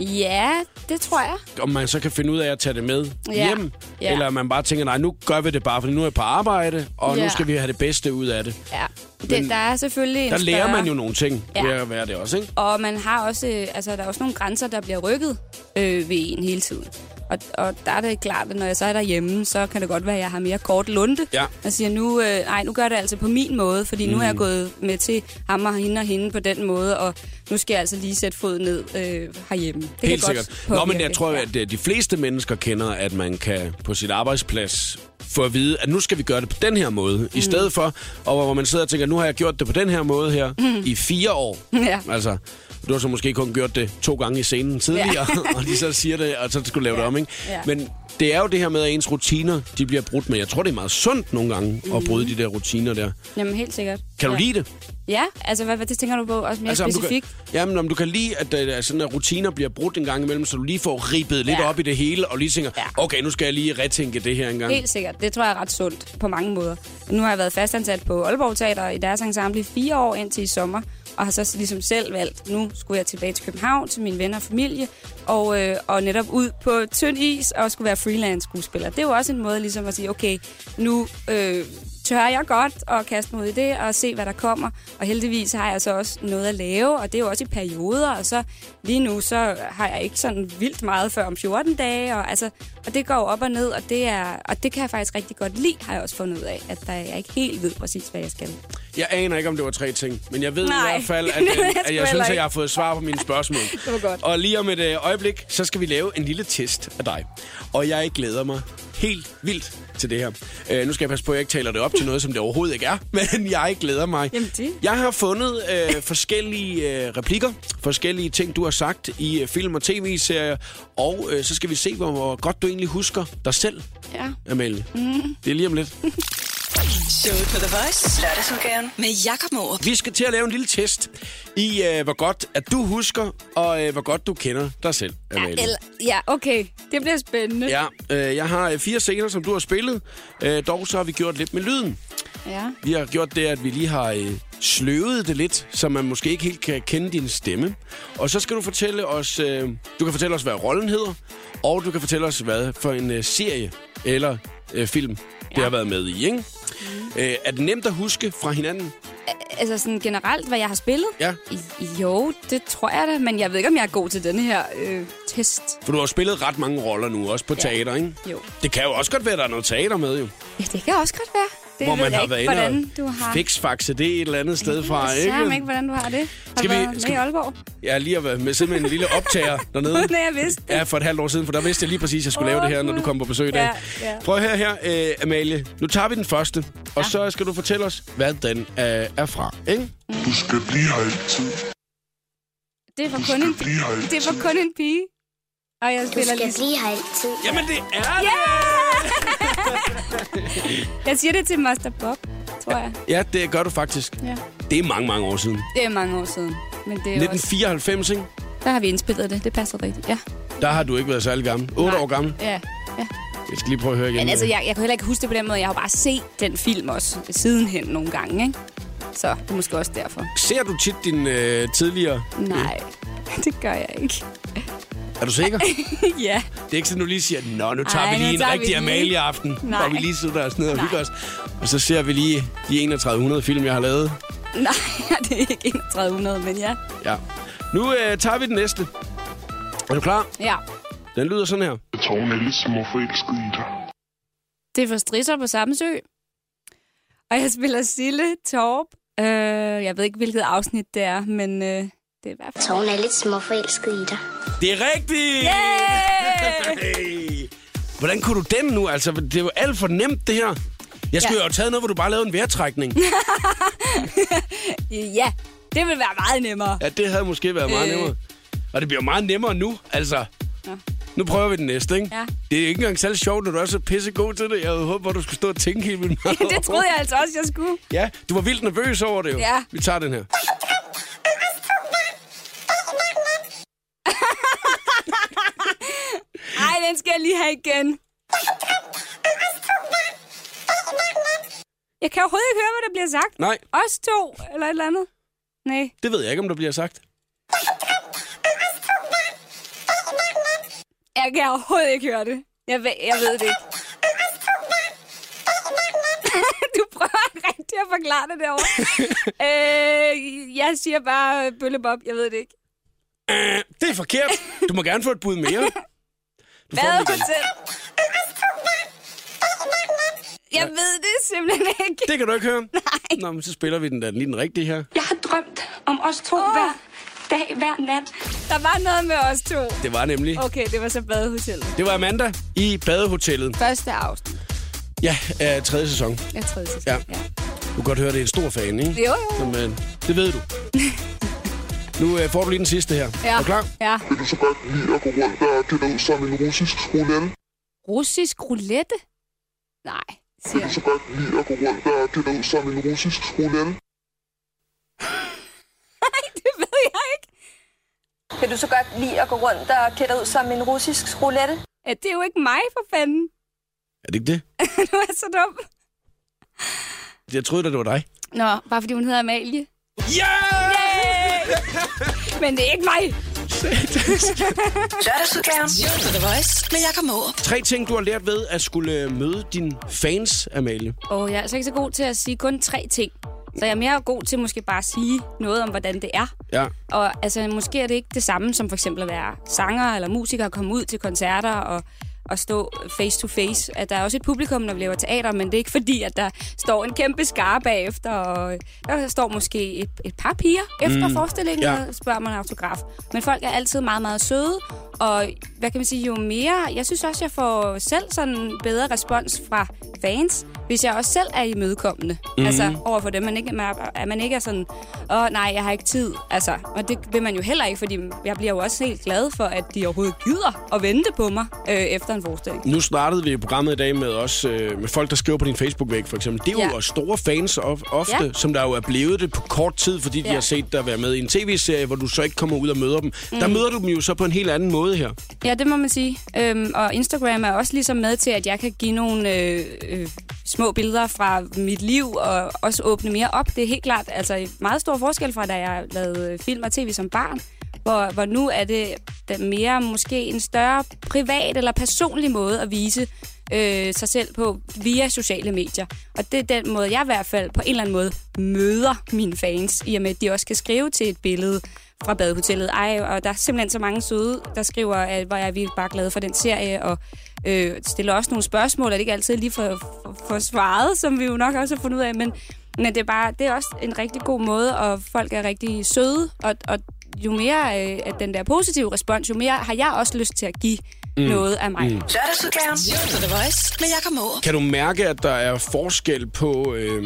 C: Ja, det tror jeg.
B: Om man så kan finde ud af at tage det med
C: Ja.
B: hjem?
C: Ja.
B: Eller om man bare tænker, nej, nu gør vi det bare, for nu er jeg på arbejde, og ja. nu
C: Ja.
B: skal vi have det bedste ud af det.
C: Ja. Det,
B: Men
C: der er selvfølgelig en
B: Der lærer
C: større-
B: man jo nogle ting ja.
C: Ja.
B: ved at være det også, ikke?
C: Og man har også, øh, altså, der er også nogle grænser, der bliver rykket øh, ved en hele tiden. Og, og der er det klart, at når jeg så er derhjemme, så kan det godt være, at jeg har mere kort lunte.
B: Ja. Mhm.
C: Og siger, nu, øh, ej, nu gør jeg det altså på min måde, fordi mm. nu er jeg gået med til ham og hende og hende på den måde, og nu skal jeg altså lige sætte fod ned øh, herhjemme. Det
B: Helt
C: kan
B: sikkert.
C: Godt
B: Nå, men
C: påvirke.
B: jeg tror,
C: Ja.
B: at øh, de fleste mennesker kender, at man kan på sit arbejdsplads få at vide, at nu skal vi gøre det på den her måde, mm. i stedet for, og hvor man sidder og tænker, nu har jeg gjort det på den her måde her mm. i fire år.
C: <laughs> Ja.
B: Altså, du har så måske kun gjort det to gange i scenen tidligere, <laughs> ja.
C: Ja.
B: og de så siger det, og så skulle du lave ja. det om, ikke?
C: Ja.
B: Men det er jo det her med, at ens rutiner, de bliver brudt med. Jeg tror, det er meget sundt nogle gange mm. at bryde de der rutiner der.
C: Jamen, helt sikkert.
B: Kan du
C: ja.
B: lide det?
C: Ja, altså hvad, hvad det tænker du på? Også mere
B: Altså, om du kan,
C: specifikt?
B: jamen, om du kan lide, at, øh, at sådan, at rutiner bliver brudt en gang imellem, så du lige får ribbet lidt
C: Ja.
B: op i det hele, og lige tænker,
C: Ja.
B: okay, nu skal jeg lige retænke det her engang.
C: Helt sikkert. Det tror jeg er ret sundt på mange måder. Nu har jeg været fastansat på Aalborg Teater i deres ensemble i fire år indtil i sommer, og har så ligesom selv valgt, nu skulle jeg tilbage til København til mine venner og familie, og, øh, og netop ud på tynd is og skulle være freelance skuespiller. Det er jo også en måde ligesom at sige, okay, nu øh, tør jeg godt at kaste mig ud i det og se, hvad der kommer. Og heldigvis har jeg så også noget at lave, og det er jo også i perioder, og så lige nu, så har jeg ikke sådan vildt meget før om 14 dage, og, altså, og det går jo op og ned, og det, er, og det kan jeg faktisk rigtig godt lide, har jeg også fundet ud af, at der, jeg ikke helt ved præcis, hvad jeg skal.
B: Jeg aner ikke, om det var tre ting, men jeg ved Nej.
C: Nej.
B: i hvert fald, at,
C: <laughs> Det ved jeg
B: jeg, at
C: sgu
B: jeg synes,
C: heller
B: at
C: ikke.
B: jeg har fået svar på mine spørgsmål.
C: <laughs> Det var godt.
B: Og lige om et øh, øjeblik, så skal vi lave en lille test af dig. Og jeg glæder mig helt vildt til det her. Øh, nu skal jeg passe på, at jeg ikke taler det op til noget, som det overhovedet ikke er. <laughs> Men jeg glæder mig.
C: Jamen, det-
B: Jeg har fundet øh, forskellige øh, replikker, forskellige ting, du har sagt i øh, film- og tv-serier. Og øh, så skal vi se, hvor, hvor godt du egentlig husker dig selv,
C: Ja.
B: Amalie. Mm. Det er lige om lidt.
A: Showet på The Voice. Lørdagsudgaven. Med Jakob Morup.
B: Vi skal til at lave en lille test i, øh, hvor godt at du husker, og øh, hvor godt du kender dig selv, Amalie.
C: Eller, ja, okay. Det bliver spændende.
B: Ja, øh, jeg har øh, fire scener, som du har spillet. Øh, dog så har vi gjort lidt med lyden.
C: ja.
B: Vi har gjort det, at vi lige har øh, sløvet det lidt, så man måske ikke helt kan kende din stemme. Og så skal du fortælle os, øh, du kan fortælle os, hvad rollen hedder, og du kan fortælle os, hvad for en øh, serie eller øh, film, ja. det har været med i, ikke? Mm. Øh, er det nemt at huske fra hinanden?
C: Altså sådan generelt, hvad jeg har spillet?
B: Ja.
C: I- Jo, det tror jeg da, men jeg ved ikke, om jeg er god til denne her øh, test.
B: For du har jo spillet ret mange roller nu, også på ja.
C: Ja.
B: teater, ikke?
C: Jo.
B: Det kan jo også godt være, at der er noget teater med, jo.
C: Ja, det kan også godt være. Det
B: hvor
C: ved
B: man
C: jeg
B: har
C: ikke,
B: været
C: hvordan
B: inde
C: du har...
B: og fiksfaxe det et eller andet sted fra,
C: Jeg ser ikke,
B: ikke?
C: hvordan du har det. Har
B: Skal
C: skal
B: vi-
C: vi, været
B: skal
C: med i
B: vi-
C: Aalborg?
B: Jeg har lige været med simpelthen en lille
C: <laughs>
B: optager dernede.
C: Uden at jeg vidste det.
B: Ja, for et halvt år siden, for der vidste jeg lige præcis, at jeg skulle lave
C: Åh,
B: det her, når
C: Gud.
B: du kom på besøg i dag.
C: Ja, ja.
B: Prøv at høre her, øh, Amalie. Nu tager vi den første, og så skal du fortælle os, hvad den øh, er fra, ikke?
F: Du skal blive altid.
C: Det var kun en pige. Det var kun en pige. Og jeg
E: Du
C: spiller
E: skal
C: lige...
E: blive her altid.
B: Jamen, det er det!
C: Jeg siger det til Master Bob, tror jeg.
B: Ja, det gør du faktisk.
C: Ja.
B: Det er mange, mange år siden.
C: Det er mange år siden. Men det er også...
B: 1994, ikke?
C: Der har vi indspillet det. Det passer rigtigt. Ja.
B: Der har du ikke været særlig gammel. 8
C: Nej.
B: år gammel.
C: Ja. ja.
B: Jeg skal lige prøve at høre igen.
C: Men altså, jeg, jeg kunne heller ikke huske det på den måde. Jeg har jo bare set den film også sidenhen nogle gange, ikke? Så det er måske også derfor.
B: Ser du tit din øh, tidligere?
C: Nej, <laughs> det gør jeg ikke.
B: Er du sikker?
C: <laughs> ja.
B: Det er ikke sådan, du lige siger, nå, nu tager Ej,
C: Ej,
B: vi
C: nu
B: lige en
C: tager vi
B: rigtig
C: lige-
B: Amalie-aften,
C: Nej.
B: hvor vi lige sidder os ned og
C: Nej.
B: hygger os. Og så ser vi lige de 3100 film, jeg har lavet.
C: Nej, <laughs> det er ikke 3100, men ja.
B: Ja. Nu øh, tager vi den næste. Er du klar?
C: Ja.
B: Den lyder sådan her.
F: Jeg tror, hun er ligesom forelsket i dig.
C: Det er for strisser på Samsø. Og jeg spiller Sille Torp. Øh, jeg ved ikke, hvilket afsnit det er, men øh, det er i hvert
E: Jeg
C: fald...
E: tror, hun er lidt småforelsket i dig.
B: Det er rigtigt! Hey! Hvordan kunne du den nu? Altså, det er jo alt for nemt, det her. Jeg skulle ja.
C: Ja.
B: jo have taget noget, hvor du bare lavede en vejrtrækning.
C: Øh, <laughs> Ja, det vil være meget nemmere. <laughs>
B: Ja, det havde måske været meget øh.
C: Øh.
B: nemmere. Og det bliver meget nemmere nu, altså. Ja. Nu prøver vi den næste, ikke?
C: Ja.
B: Det er ikke engang særlig sjovt, når du er så pissegod til det. Jeg havde håbet, at du skulle stå og tænke helt
C: <laughs>
B: vildt meget over
C: det troede jeg altså også, jeg skulle.
B: Ja, du var vildt nervøs over det jo.
C: Ja.
B: Vi tager den her.
C: Ej, den skal jeg lige have igen. Jeg kan overhovedet ikke høre, hvad der bliver sagt.
B: Nej,
C: Os to, eller et eller andet. Nej.
B: det ved jeg ikke, om der bliver sagt.
C: Jeg kan overhovedet ikke høre det. Jeg ved, jeg ved det ikke. <laughs> Du prøver rigtig at forklare det
B: <laughs>
C: derovre. øh, jeg siger bare øh, bøllebob. Jeg ved det ikke.
B: Øh, Det er
C: <laughs>
B: forkert. Du må gerne få et bud mere. Du får
C: Hvad
B: den igen.
C: hotel? Jeg ved det simpelthen ikke.
B: Det kan du ikke høre. Nej. Nå, men så spiller vi den der lige den rigtige her.
G: Jeg har drømt om os to oh. hver dag, hver nat.
C: Der var noget med os to.
B: Det var nemlig...
C: Okay, det var så badehotellet.
B: Det var Amanda i Badehotellet.
C: Første afsnit.
B: Ja, øh, tredje sæson.
C: Jeg tredje sæson.
B: Ja. Du kan godt høre, det er en stor fan, ikke?
C: Jo, jo.
B: Som, øh, det <laughs> ved du. nu øh, får du lige den sidste her.
C: Ja.
B: Er du klar?
C: ja.
F: Vil du så godt lide at gå rundt og kende ud som en russisk roulette?
C: Russisk roulette? Nej, siger
F: Vil du
C: jeg.
F: så godt lide at gå rundt og kende ud som en russisk roulette?
C: <laughs> Nej, det ved jeg ikke.
H: Vil du så godt lide at gå rundt og klæde dig ud som en russisk roulette?
C: Ja, det er jo ikke mig, for fanden. <laughs>
B: Er det ikke det?
C: du er så dum.
B: Jeg troede da, det var dig.
C: Nå, bare fordi hun hedder Amalie.
B: Ja!
C: Men det er ikke mig.
A: Lørdagsudgaven. Showet på The Voice med Jakob Mårup.
B: Tre ting, du har lært ved at skulle øh, møde dine fans, Amalie.
C: Og jeg er altså ikke så god til at sige kun tre ting. Så jeg er mere god til måske bare at sige noget om, hvordan det er.
B: Ja.
C: Og altså, måske er det ikke det samme som for eksempel at være sanger eller musiker og komme ud til koncerter og, og stå face to face. At der er også et publikum, når vi laver teater, men det er ikke fordi, at der står en kæmpe skare bagefter. Og der står måske et, et par piger efter mm. forestillingen
B: Ja.
C: ja. og spørger mig en autograf. Men folk er altid meget, meget søde. Og hvad kan man sige, jo mere... Jeg synes også, jeg får selv sådan bedre respons fra fans, hvis jeg også selv er imødekommende. Mm. Altså over for dem, man ikke, man, at man ikke er sådan, åh nej, jeg har ikke tid. Altså, og det vil man jo heller ikke, fordi jeg bliver jo også helt glad for, at de overhovedet gider at vente på mig øh, efter en forestilling.
B: Nu startede vi programmet i dag med også øh, med folk, der skriver på din Facebook-væg, for eksempel. Det er jo
C: Ja.
B: også store fans of, ofte, ja.
C: Ja.
B: som der jo er blevet det på kort tid, fordi ja. de
C: Ja.
B: har set dig være med i en tv-serie, hvor du så ikke kommer ud og møder dem. Mm. Der møder du dem jo så på en helt anden måde her.
C: Ja, det må man sige. Øhm, og Instagram er også ligesom med til, at jeg kan give nogle øh, øh, små billeder fra mit liv og også åbne mere op. Det er helt klart altså, en meget stor forskel fra, da jeg lavede film og tv som barn, hvor, hvor nu er det den mere måske en større privat eller personlig måde at vise øh, sig selv på via sociale medier. Og det er den måde, jeg i hvert fald på en eller anden måde møder mine fans, i og med, at de også kan skrive til et billede fra badehotellet. Ej, og der er simpelthen så mange søde, der skriver, at hvor jeg er virkelig bare glad for den serie, og øh, stiller også nogle spørgsmål, og det er ikke altid lige for, for, for svaret, som vi jo nok også har fundet ud af, men, men det, er bare, det er også en rigtig god måde, og folk er rigtig søde, og, og jo mere øh, at den der positive respons, jo mere har jeg også lyst til at give mm. noget af mig. Mm.
A: Lørdagsudgaven. Showet på The Voice med Jakob Mårup.
B: Kan du mærke, at der er forskel på, øh,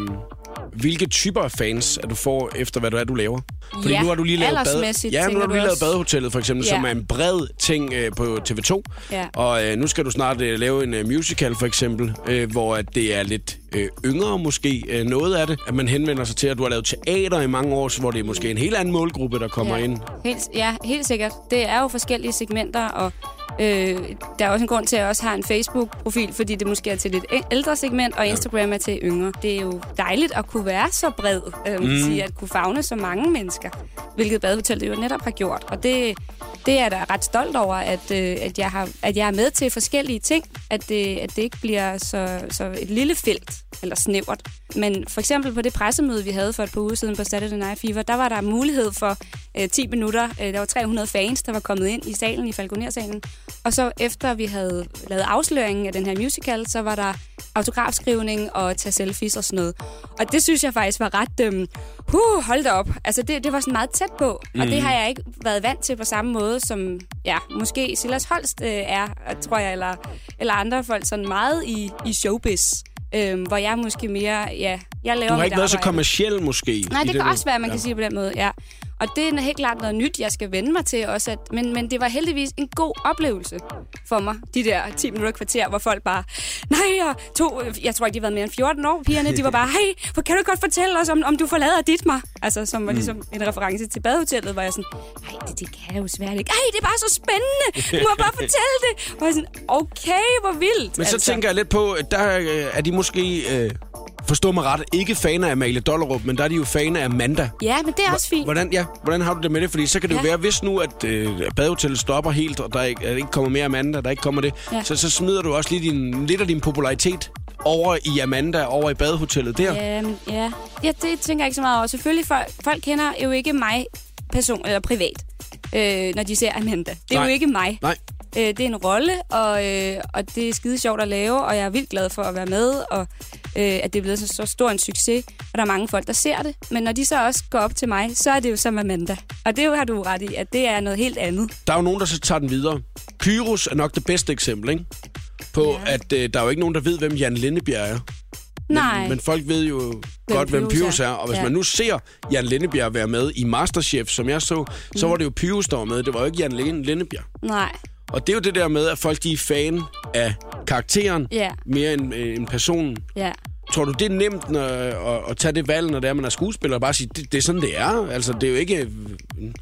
B: hvilke typer af fans, at du får efter, hvad du er, du laver? Fordi
C: Ja,
B: nu har du lige lavet,
C: aldersmæssigt,
B: ja, nu
C: tænker
B: har du
C: du
B: lige lavet
C: også?
B: Badehotellet, for eksempel, ja.
C: Ja.
B: som er en bred ting øh, på TV2.
C: Ja.
B: Og øh, nu skal du snart øh, lave en øh, musical, for eksempel, øh, hvor at det er lidt øh, yngre måske, øh, noget af det. At man henvender sig til, at du har lavet teater i mange år, så hvor det er måske en helt anden målgruppe, der kommer ja. ind.
C: Helt, ja, helt sikkert. Det er jo forskellige segmenter, og øh, der er også en grund til, at jeg også har en Facebook-profil, fordi det måske er til lidt æ- ældre segment, og Instagram er til yngre. Det er jo dejligt at kunne være så bred, øh, mm. sige, at kunne fagne så mange mennesker, hvilket badehotellet jo netop har gjort. Og det, det er jeg da ret stolt over, at, øh, at, jeg har, at jeg er med til forskellige ting, at det, at det ikke bliver så, så et lille felt eller snævert. Men for eksempel på det pressemøde, vi havde for et par uger siden på Saturday Night Fever, der var der mulighed for øh, 10 minutter. Øh, der var 300 fans, der var kommet ind i salen, i Falconer-salen. Og så efter vi havde lavet afsløringen af den her musical, så var der autografskrivning og tage selfies og sådan noget. Og det synes jeg faktisk var ret... Øh, huh, hold da op. Altså, det, det var sådan meget tæt på. Mm. Og det har jeg ikke været vant til på samme måde, som ja, måske Silas Holst øh, er, tror jeg, eller, eller andre folk sådan meget i, i showbiz. Øhm, hvor jeg måske mere, ja, jeg laver
B: Du har
C: mit
B: ikke været så
C: arbejde.
B: kommersiel måske.
C: Nej,
B: i
C: det kan
B: du-
C: også være, man
B: ja.
C: ja. kan sige det på den måde, ja. Og det er helt klart noget nyt, jeg skal vende mig til også. At, men, men det var heldigvis en god oplevelse for mig, de der 10 minutter kvarter, hvor folk bare, nej, og to, jeg tror ikke, de har været mere end 14 år, pigerne, de var bare, hey, hvor kan du ikke godt fortælle os, om, om du forlader dit mig? Altså, som var
B: Mm.
C: ligesom en reference til badehotellet, hvor jeg sådan, nej, det, det kan jeg jo svært ikke. Ej, det er bare så spændende, du må bare fortælle det. Og jeg sådan, okay, hvor vildt.
B: Men så altså. tænker jeg lidt på, at der øh, er de måske, øh, forstå mig ret, ikke faner af Amalie Dollerup, men der er de jo faner af Amanda.
C: Ja, men det er også fint.
B: Hvordan, ja, hvordan har du det med det? Fordi så kan det ja. jo
C: Ja.
B: være, hvis nu at øh, badehotellet stopper helt, og der ikke, at der ikke kommer mere Amanda, der ikke kommer det, ja.
C: Ja.
B: så, så smider du også lige din, lidt af din popularitet over i Amanda, over i badehotellet der. Ja.
C: Ja, men- Øhm, ja. ja, det tænker jeg ikke så meget over. Selvfølgelig, folk, folk kender jo ikke mig person, eller privat, øh, når de ser Amanda. Det er
B: Nej.
C: jo ikke mig.
B: Nej.
C: Øh, det er en rolle, og, øh, og det er skide sjovt at lave, og jeg er vildt glad for at være med, og øh, at det er blevet så, så stor en succes, og der er mange folk, der ser det. Men når de så også går op til mig, så er det jo som Amanda. Og det har du jo ret i, at det er noget helt andet.
B: Der er jo nogen, der så tager den videre. Kyros er nok det bedste eksempel, ikke? på, ja. at øh, der er jo ikke nogen, der ved, hvem Jan Lindebjerg er.
C: Nej.
B: Men, men folk ved jo hvem godt, hvem Pyrus er. Og hvis ja. man nu ser Jan Lindebjerg være med i Masterchef, som jeg så, så var det jo Pyrus, der var med. Det var jo ikke Jan Lin- Lindebjerg.
C: Nej.
B: Og det er jo det der med, at folk de er fan af karakteren
C: Ja.
B: mere end, øh, end personen.
C: Ja.
B: Tror du, det er nemt når, at, at tage det valg, når det er, man er skuespiller, og bare sige, det, det er sådan, det er? Altså, det er jo ikke...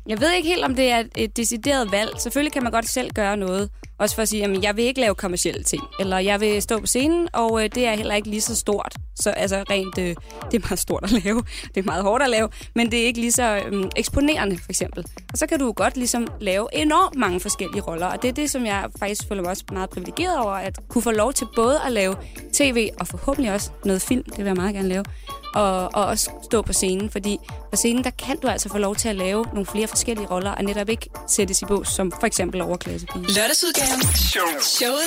C: Jeg ved ikke helt, om det er et decideret valg. Selvfølgelig kan man godt selv gøre noget. Også for at sige, at jeg vil ikke lave kommersielle ting. Eller jeg vil stå på scenen, og øh, det er heller ikke lige så stort. Så altså rent, øh, det er meget stort at lave. Det er meget hårdt at lave. Men det er ikke lige så øh, eksponerende, for eksempel. Og så kan du jo godt ligesom lave enormt mange forskellige roller. Og det er det, som jeg faktisk føler mig også meget privilegeret over. At kunne få lov til både at lave tv og forhåbentlig også noget film. Det vil jeg meget gerne lave og, og også stå på scenen, fordi på scenen, der kan du altså få lov til at lave nogle flere forskellige roller, og netop ikke sættes i bås, som for eksempel overklassepige.
A: Lørdagsudgaven. Showet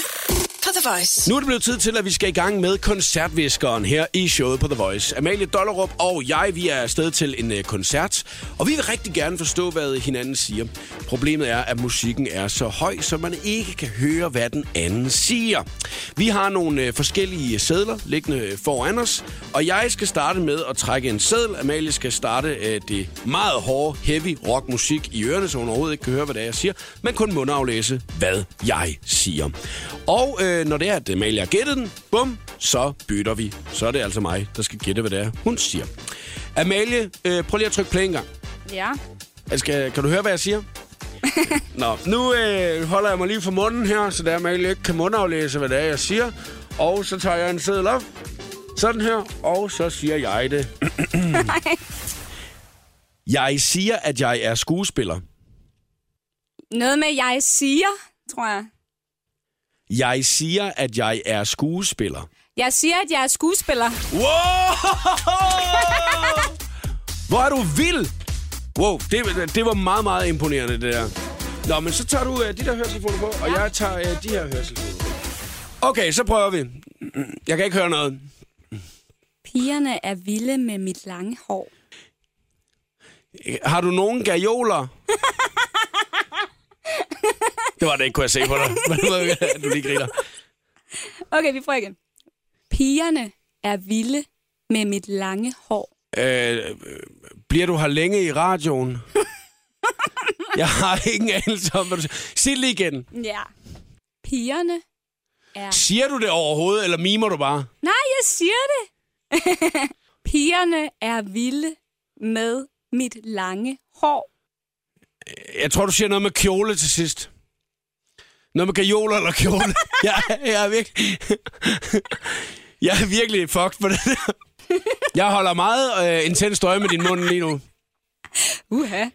A: på The Voice.
B: Nu er det blevet tid til, at vi skal i gang med koncertviskeren her i showet på The Voice. Amalie Dollerup og jeg, vi er afsted til en øh, koncert, og vi vil rigtig gerne forstå, hvad hinanden siger. Problemet er, at musikken er så høj, så man ikke kan høre, hvad den anden siger. Vi har nogle øh, forskellige sædler liggende foran os, og jeg skal starte med at trække en sædel. Amalie skal starte øh, det meget hårde, heavy rockmusik i ørerne, så hun overhovedet ikke kan høre, hvad det er, jeg siger, men kun mundaflæse, hvad jeg siger. Og øh, når det er, at Amalie har gættet den, bum, så bytter vi. Så er det altså mig, der skal gætte, hvad det er, hun siger. Amalie, øh, prøv lige at trykke play en gang.
C: Ja.
B: Jeg Skal, kan du høre, hvad jeg siger? Nå, nu øh, holder jeg mig lige for munden her, så der Amalie ikke kan mundaflæse, hvad det er, jeg siger. Og så tager jeg en seddel op. Sådan her, og så siger jeg det. jeg siger, at jeg er skuespiller.
C: Noget med, jeg siger, tror jeg.
B: Jeg siger, at jeg er skuespiller.
C: Jeg siger, at jeg er skuespiller.
B: Wow! Hvor er du vild! Wow, det, det var meget, meget imponerende, det der. Nå, men så tager du uh, de der høretelefoner på, og jeg tager uh, de her høretelefoner på. Okay, så prøver vi. Jeg kan ikke høre noget.
C: Pigerne er vilde med mit lange hår.
B: Har du nogen gajoler? <laughs> det var det ikke, kunne jeg se <laughs> på dig. Men du lige griner.
C: Okay, vi prøver igen. Pigerne er vilde med mit lange hår.
B: Øh, bliver du her længe i <laughs> radioen? Jeg har ingen anelse om, hvad du siger. Sig det lige igen.
C: Ja. Pigerne er...
B: Siger du det overhovedet, eller mimer du bare?
C: Nej, jeg siger det. <laughs> Pigerne er vilde med mit lange hår.
B: Jeg tror, du siger noget med kjole til sidst. Noget med kajoler eller kjole. <laughs> jeg, jeg, er virkelig... <laughs> jeg er virkelig fucked på det der. Jeg holder meget øh, intens øje med din mund lige nu.
C: Uha.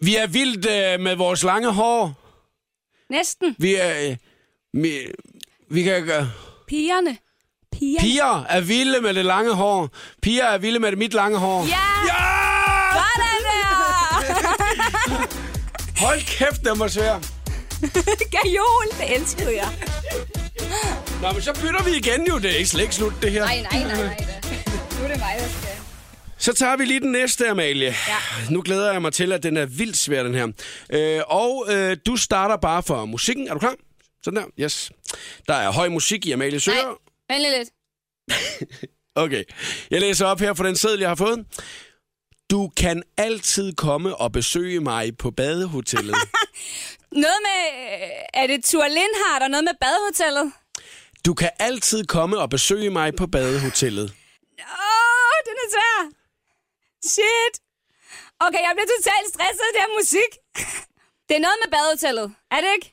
B: Vi er vildt øh, med vores lange hår.
C: Næsten.
B: Vi er... Øh, vi, vi kan gøre...
C: Pigerne. Pigerne.
B: Piger er vilde med det lange hår. Piger er vilde med det mit lange hår.
C: Ja!
B: ja!
C: Sådan der! <laughs>
B: Hold kæft, den var svær.
C: Gajol, det elskede jeg.
B: Nå, men så bytter vi igen jo. Det er ikke slet ikke slut, det her.
C: Nej, nej, nej, nej. da. Nu er det mig, der skal.
B: Så tager vi lige den næste, Amalie. Ja. Nu glæder jeg mig til, at den er vildt svær, den her. Øh, og øh, du starter bare for musikken. Er du klar? Sådan der. Yes. Der er høj musik i Amalie Søger.
C: Vent lige lidt.
B: <laughs> Okay. Jeg læser op her for den seddel, jeg har fået. Du kan altid komme og besøge mig på
C: <laughs>
B: badehotellet.
C: Noget med... øh, Er det Tur Lindhardt og noget med badehotellet?
B: Du kan altid komme og besøge mig på badehotellet.
C: Åh, den er svær. Shit. Okay, jeg bliver totalt stresset af det her musik. <laughs> Det er noget med badehotellet, er det ikke?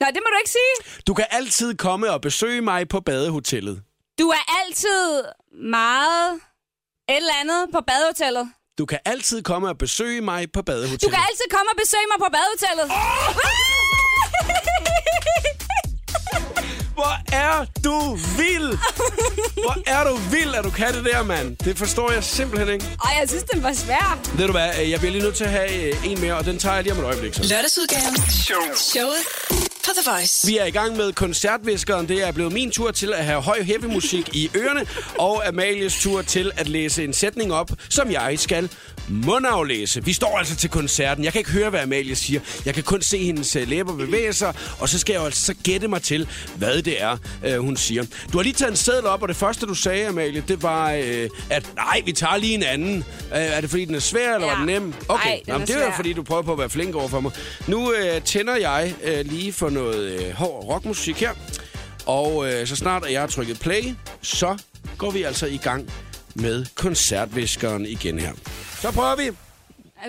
C: Nå, det må du ikke sige.
B: Du kan altid komme og besøge mig på badehotellet.
C: Du er altid meget et eller andet på badehotellet.
B: Du kan altid komme og besøge mig på badehotellet.
C: Du kan altid komme og besøge mig på badehotellet. <laughs>
B: Hvor er du vild! Hvor er du vild, at du kan det der, mand. Det forstår jeg simpelthen ikke.
C: Og jeg synes, den var svær.
B: Ved du hvad, øh, jeg bliver lige nødt til at have øh, en mere, og den tager jeg lige om et øjeblik. Så.
A: Lørdagsudgaven. Showet på på The Voice.
B: Vi er i gang med koncertviskeren. Det er blevet min tur til at have høj heavy musik i ørerne, og Amalies tur til at læse en sætning op, som jeg skal mundaflæse. Vi står altså til koncerten. Jeg kan ikke høre, hvad Amalie siger. Jeg kan kun se hendes øh, læber bevæge sig, og så skal jeg jo altså så gætte mig til, hvad det er, øh, hun siger. Du har lige taget en seddel op, og det første, du sagde, Amalie, det var, øh, at nej, vi tager lige en anden. Øh, er det, fordi den er svær, eller
C: Ja.
B: var den nem?
C: Ej,
B: Okay,
C: den er
B: Jamen, det er jo,
C: svær.
B: fordi du prøver på at være flink over for mig. Nu øh, tænder jeg øh, lige for noget øh, hård rockmusik her. Og øh, så snart at jeg har trykket play, så går vi altså i gang med koncertviskeren igen her. Så prøver vi.
C: Er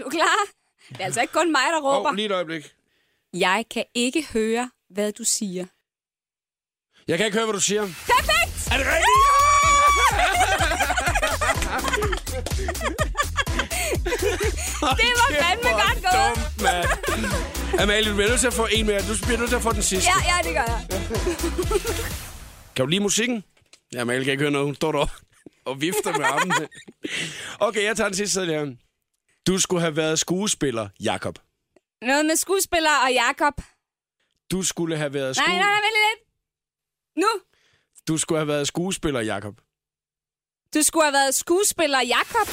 C: du klar? Det er altså ikke kun mig, der råber.
B: Åh, oh, lige et øjeblik.
C: Jeg kan ikke høre, hvad du siger.
B: Jeg kan ikke høre, hvad du
C: <laughs>
B: siger.
C: Perfekt!
B: Er det rigtigt?
C: Det var fandme godt gået.
B: Dumt, mand. <laughs> Amalie, du bliver nødt til at få en mere. Du bliver nødt til at få den sidste.
C: Ja, ja, det gør jeg.
B: Kan du lide musikken? Ja, Amalie kan ikke høre noget. Hun står deroppe <laughs> og vifter med
C: <laughs>
B: armene. Okay, jeg tager den sidste sædel her. Du skulle have været skuespiller, Jakob.
C: Noget med skuespiller og Jakob.
B: Du skulle have været
C: Nej, nej,
B: skuespiller.
C: nej, vent lige lidt. Nu.
B: Du skulle have været skuespiller, Jakob.
C: Du skulle have været skuespiller Jakob.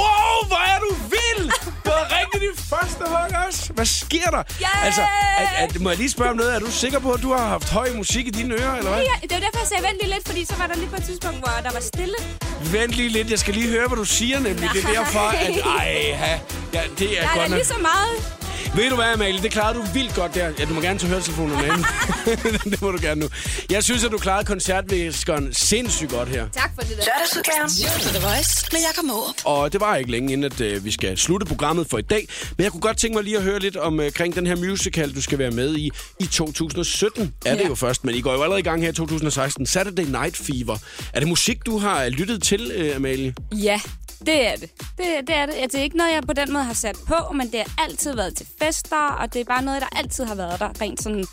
B: Wow, hvor er du vild! Du var rigtig i første hug også. Hvad sker der?
C: Yeah!
B: Altså, er, er, må jeg lige spørge om noget? Er du sikker på, at du har haft høj musik i dine ører, eller hvad?
C: Ja, det var derfor, jeg sagde, vent lige lidt, fordi så var der lige på et tidspunkt, hvor der var stille.
B: Vent lige lidt, jeg skal lige høre, hvad du siger nemlig. Det er derfor, at... Ej, ha. ja, det er
C: Der er
B: godt
C: da
B: nok.
C: lige så meget.
B: Ved du hvad, Amalie? Det klarede du vildt godt der. Ja, du må gerne tage
C: <laughs>
B: høretelefonerne af. <laughs> det må du gerne nu. Jeg synes, at du klarede koncertvæskeren sindssygt godt her.
C: Tak for det der.
A: Lørdagsudgaven. Show på The Voice med Jakob Mårup.
B: Og det var ikke længe, inden at, øh, vi skal slutte programmet for i dag. Men jeg kunne godt tænke mig lige at høre lidt om, øh, kring den her musical, du skal være med i i 2017. Er det
C: Ja.
B: jo først, men I går jo allerede i gang her i 2016. Saturday Night Fever. Er det musik, du har øh, lyttet til, øh, Amalie?
C: Ja, det er det. det. Det er det. Altså, det er ikke noget, jeg på den måde har sat på, men det har altid været til fester, og det er bare noget, der altid har været der, rent sådan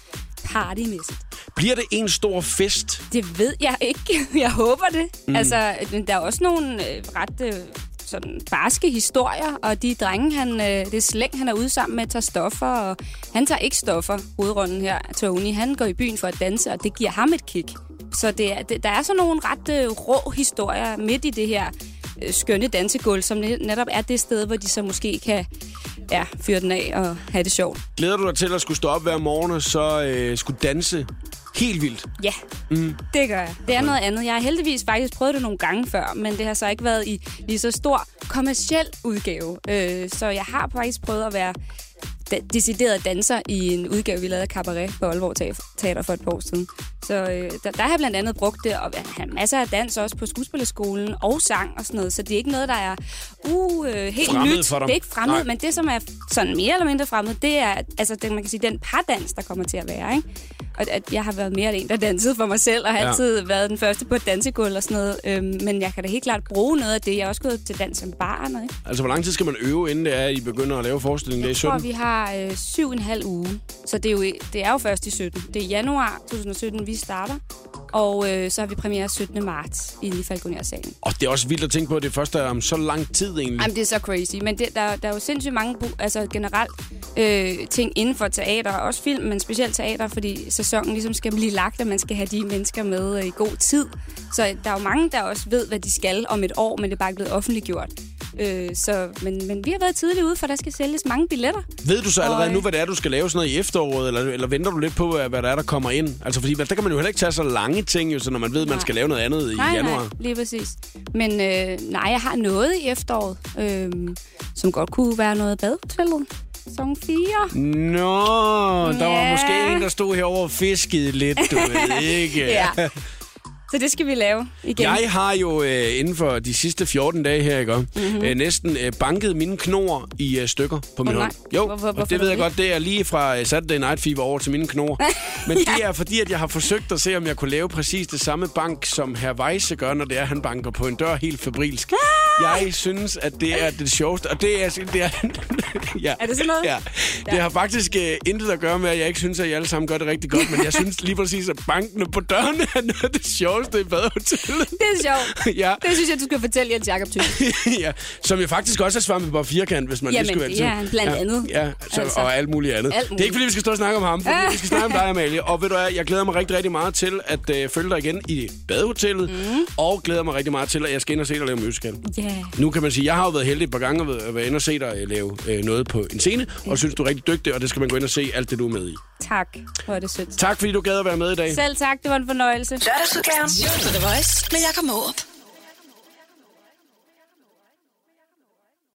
C: partymæssigt.
B: Bliver det en stor fest?
C: Det ved jeg ikke. <laughs> Jeg håber det. Mm. Altså, men der er også nogle øh, ret øh, sådan barske historier, og de drenge, han, øh, det slæng, han er ude sammen med, tager stoffer, og han tager ikke stoffer, hovedrunden her, Tony. Han går i byen for at danse, og det giver ham et kick. Så det er, det, der er sådan nogle ret øh, rå historier midt i det her øh, skønne dansegulv, som net- netop er det sted, hvor de så måske kan ja, fyre den af og have det sjovt.
B: Glæder du dig til at skulle stå op hver morgen og så øh, skulle danse helt vildt?
C: Ja, mm. det gør jeg. Det er noget andet. Jeg har heldigvis faktisk prøvet det nogle gange før, men det har så ikke været i lige så stor kommersiel udgave. Øh, så jeg har faktisk prøvet at være da- decideret danser i en udgave, vi lavede af Cabaret på Aalborg Teaf- Teater for et par år siden. Så øh, der, der har jeg blandt andet brugt det, og jeg har masser af dans også på skuespillerskolen, og sang og sådan noget, så det er ikke noget, der er uh, øh, helt
B: Fremmed
C: nyt.
B: for dig.
C: Det er ikke fremmed,
B: Nej.
C: men det, som er sådan mere eller mindre fremmed, det er, altså det, man kan sige, den pardans, der kommer til at være, ikke? Og at jeg har været mere en, der dansede for mig selv, og har
B: Ja.
C: ja. altid været den første på et dansegulv og sådan noget. Øhm, men jeg kan da helt klart bruge noget af det. Jeg er også gået til dans som barn, ikke?
B: Altså, hvor lang tid skal man øve, inden det er, I begynder at lave forestillingen? Det er i
C: Jeg tror,
B: 17.
C: vi har øh, syv og en halv uge. Så det er, jo, i- det er jo først i 17. Det er januar 2017, vi starter. Og øh, så har vi premiere 17. marts inde i Falconer-salen.
B: Og det er også vildt at tænke på, at det først er om så lang tid egentlig.
C: Jamen, det er så crazy. Men det, der, der er jo sindssygt mange bu- altså, generelt øh, ting inden for teater, og også film, men specielt teater, fordi sæsonen ligesom skal blive lagt, og man skal have de mennesker med øh, i god tid. Så der er jo mange, der også ved, hvad de skal om et år, men det er bare ikke blevet offentliggjort. Øh, så, men, men vi har været tidligt ude, for der skal sælges mange billetter.
B: Ved du så allerede
C: Og,
B: nu,
C: øh,
B: hvad det er, du skal lave sådan noget i efteråret, eller, eller venter du lidt på, hvad hvad der er, der kommer ind? Altså, fordi der kan man jo heller ikke tage så lange ting, jo, så når man ved, man
C: Nej.
B: skal lave noget andet i
C: nej,
B: januar.
C: Nej, lige præcis. Men øh, nej, jeg har noget i efteråret, øh, som godt kunne være noget badehotellet. Sæson 4.
B: Nå, der var
C: Ja.
B: måske en, der stod herovre og fiskede lidt, du
C: <laughs>
B: ved ikke.
C: Ja. Så det skal vi lave igen.
B: Jeg har jo øh, inden for de sidste 14 dage her, ikke?
C: Mhm.
B: Mm-hmm. Øh, næsten øh, banket mine knor i øh, stykker på min
C: nej.
B: hånd. Jo,
C: Hvor- hvor-
B: og
C: hvorfor
B: det ved
C: det?
B: jeg godt, det er lige fra øh, Saturday Night Fever over til mine
C: <laughs>
B: knor. Men det er fordi, at jeg har forsøgt at se, om jeg kunne lave præcis det samme bank, som herr Weisse gør, når det er, han banker på en dør helt febrilsk.
C: Ah!
B: Jeg synes, at det er det sjoveste, og det er... <laughs> Det er, ja.
C: Er det sådan noget?
B: Ja. Det har faktisk uh, intet at gøre med, at jeg ikke synes, at I alle sammen gør det rigtig godt, men jeg synes lige præcis, at bankene på dørene er noget af det sjoveste i badehotellet. <laughs>
C: Det er sjovt.
B: Ja.
C: Det synes jeg, du skal fortælle Jens Jakob Thyssen.
B: <laughs> ja, som jo faktisk også er svampebob firkant, hvis man
C: Jamen,
B: lige skulle
C: det er han blandt andet.
B: Ja, ja så,
C: Altså.
B: altså, og alt muligt andet.
C: Alt
B: Det er ikke, fordi vi skal stå og snakke om ham, fordi vi skal snakke om dig,
C: <laughs>
B: Amalie. Og ved du hvad, jeg glæder mig rigtig, rigtig meget til at øh, følge dig igen i badehotellet, mm. og glæder mig rigtig meget til, at jeg skal ind og se dig lave musical.
C: Ja.
B: Nu kan man sige, jeg har jo været heldig et par gange ved at være inde og se dig øh, lave øh, noget på en scene, og synes, du er rigtig dygtig, og det skal man gå ind og se alt det, du er med i.
C: Tak. Hvor er det sødt.
B: Tak, fordi du gad at være med i dag.
C: Selv tak, det var en fornøjelse.
A: Lørdagsudgaven. Show på The Voice med Jakob Morup.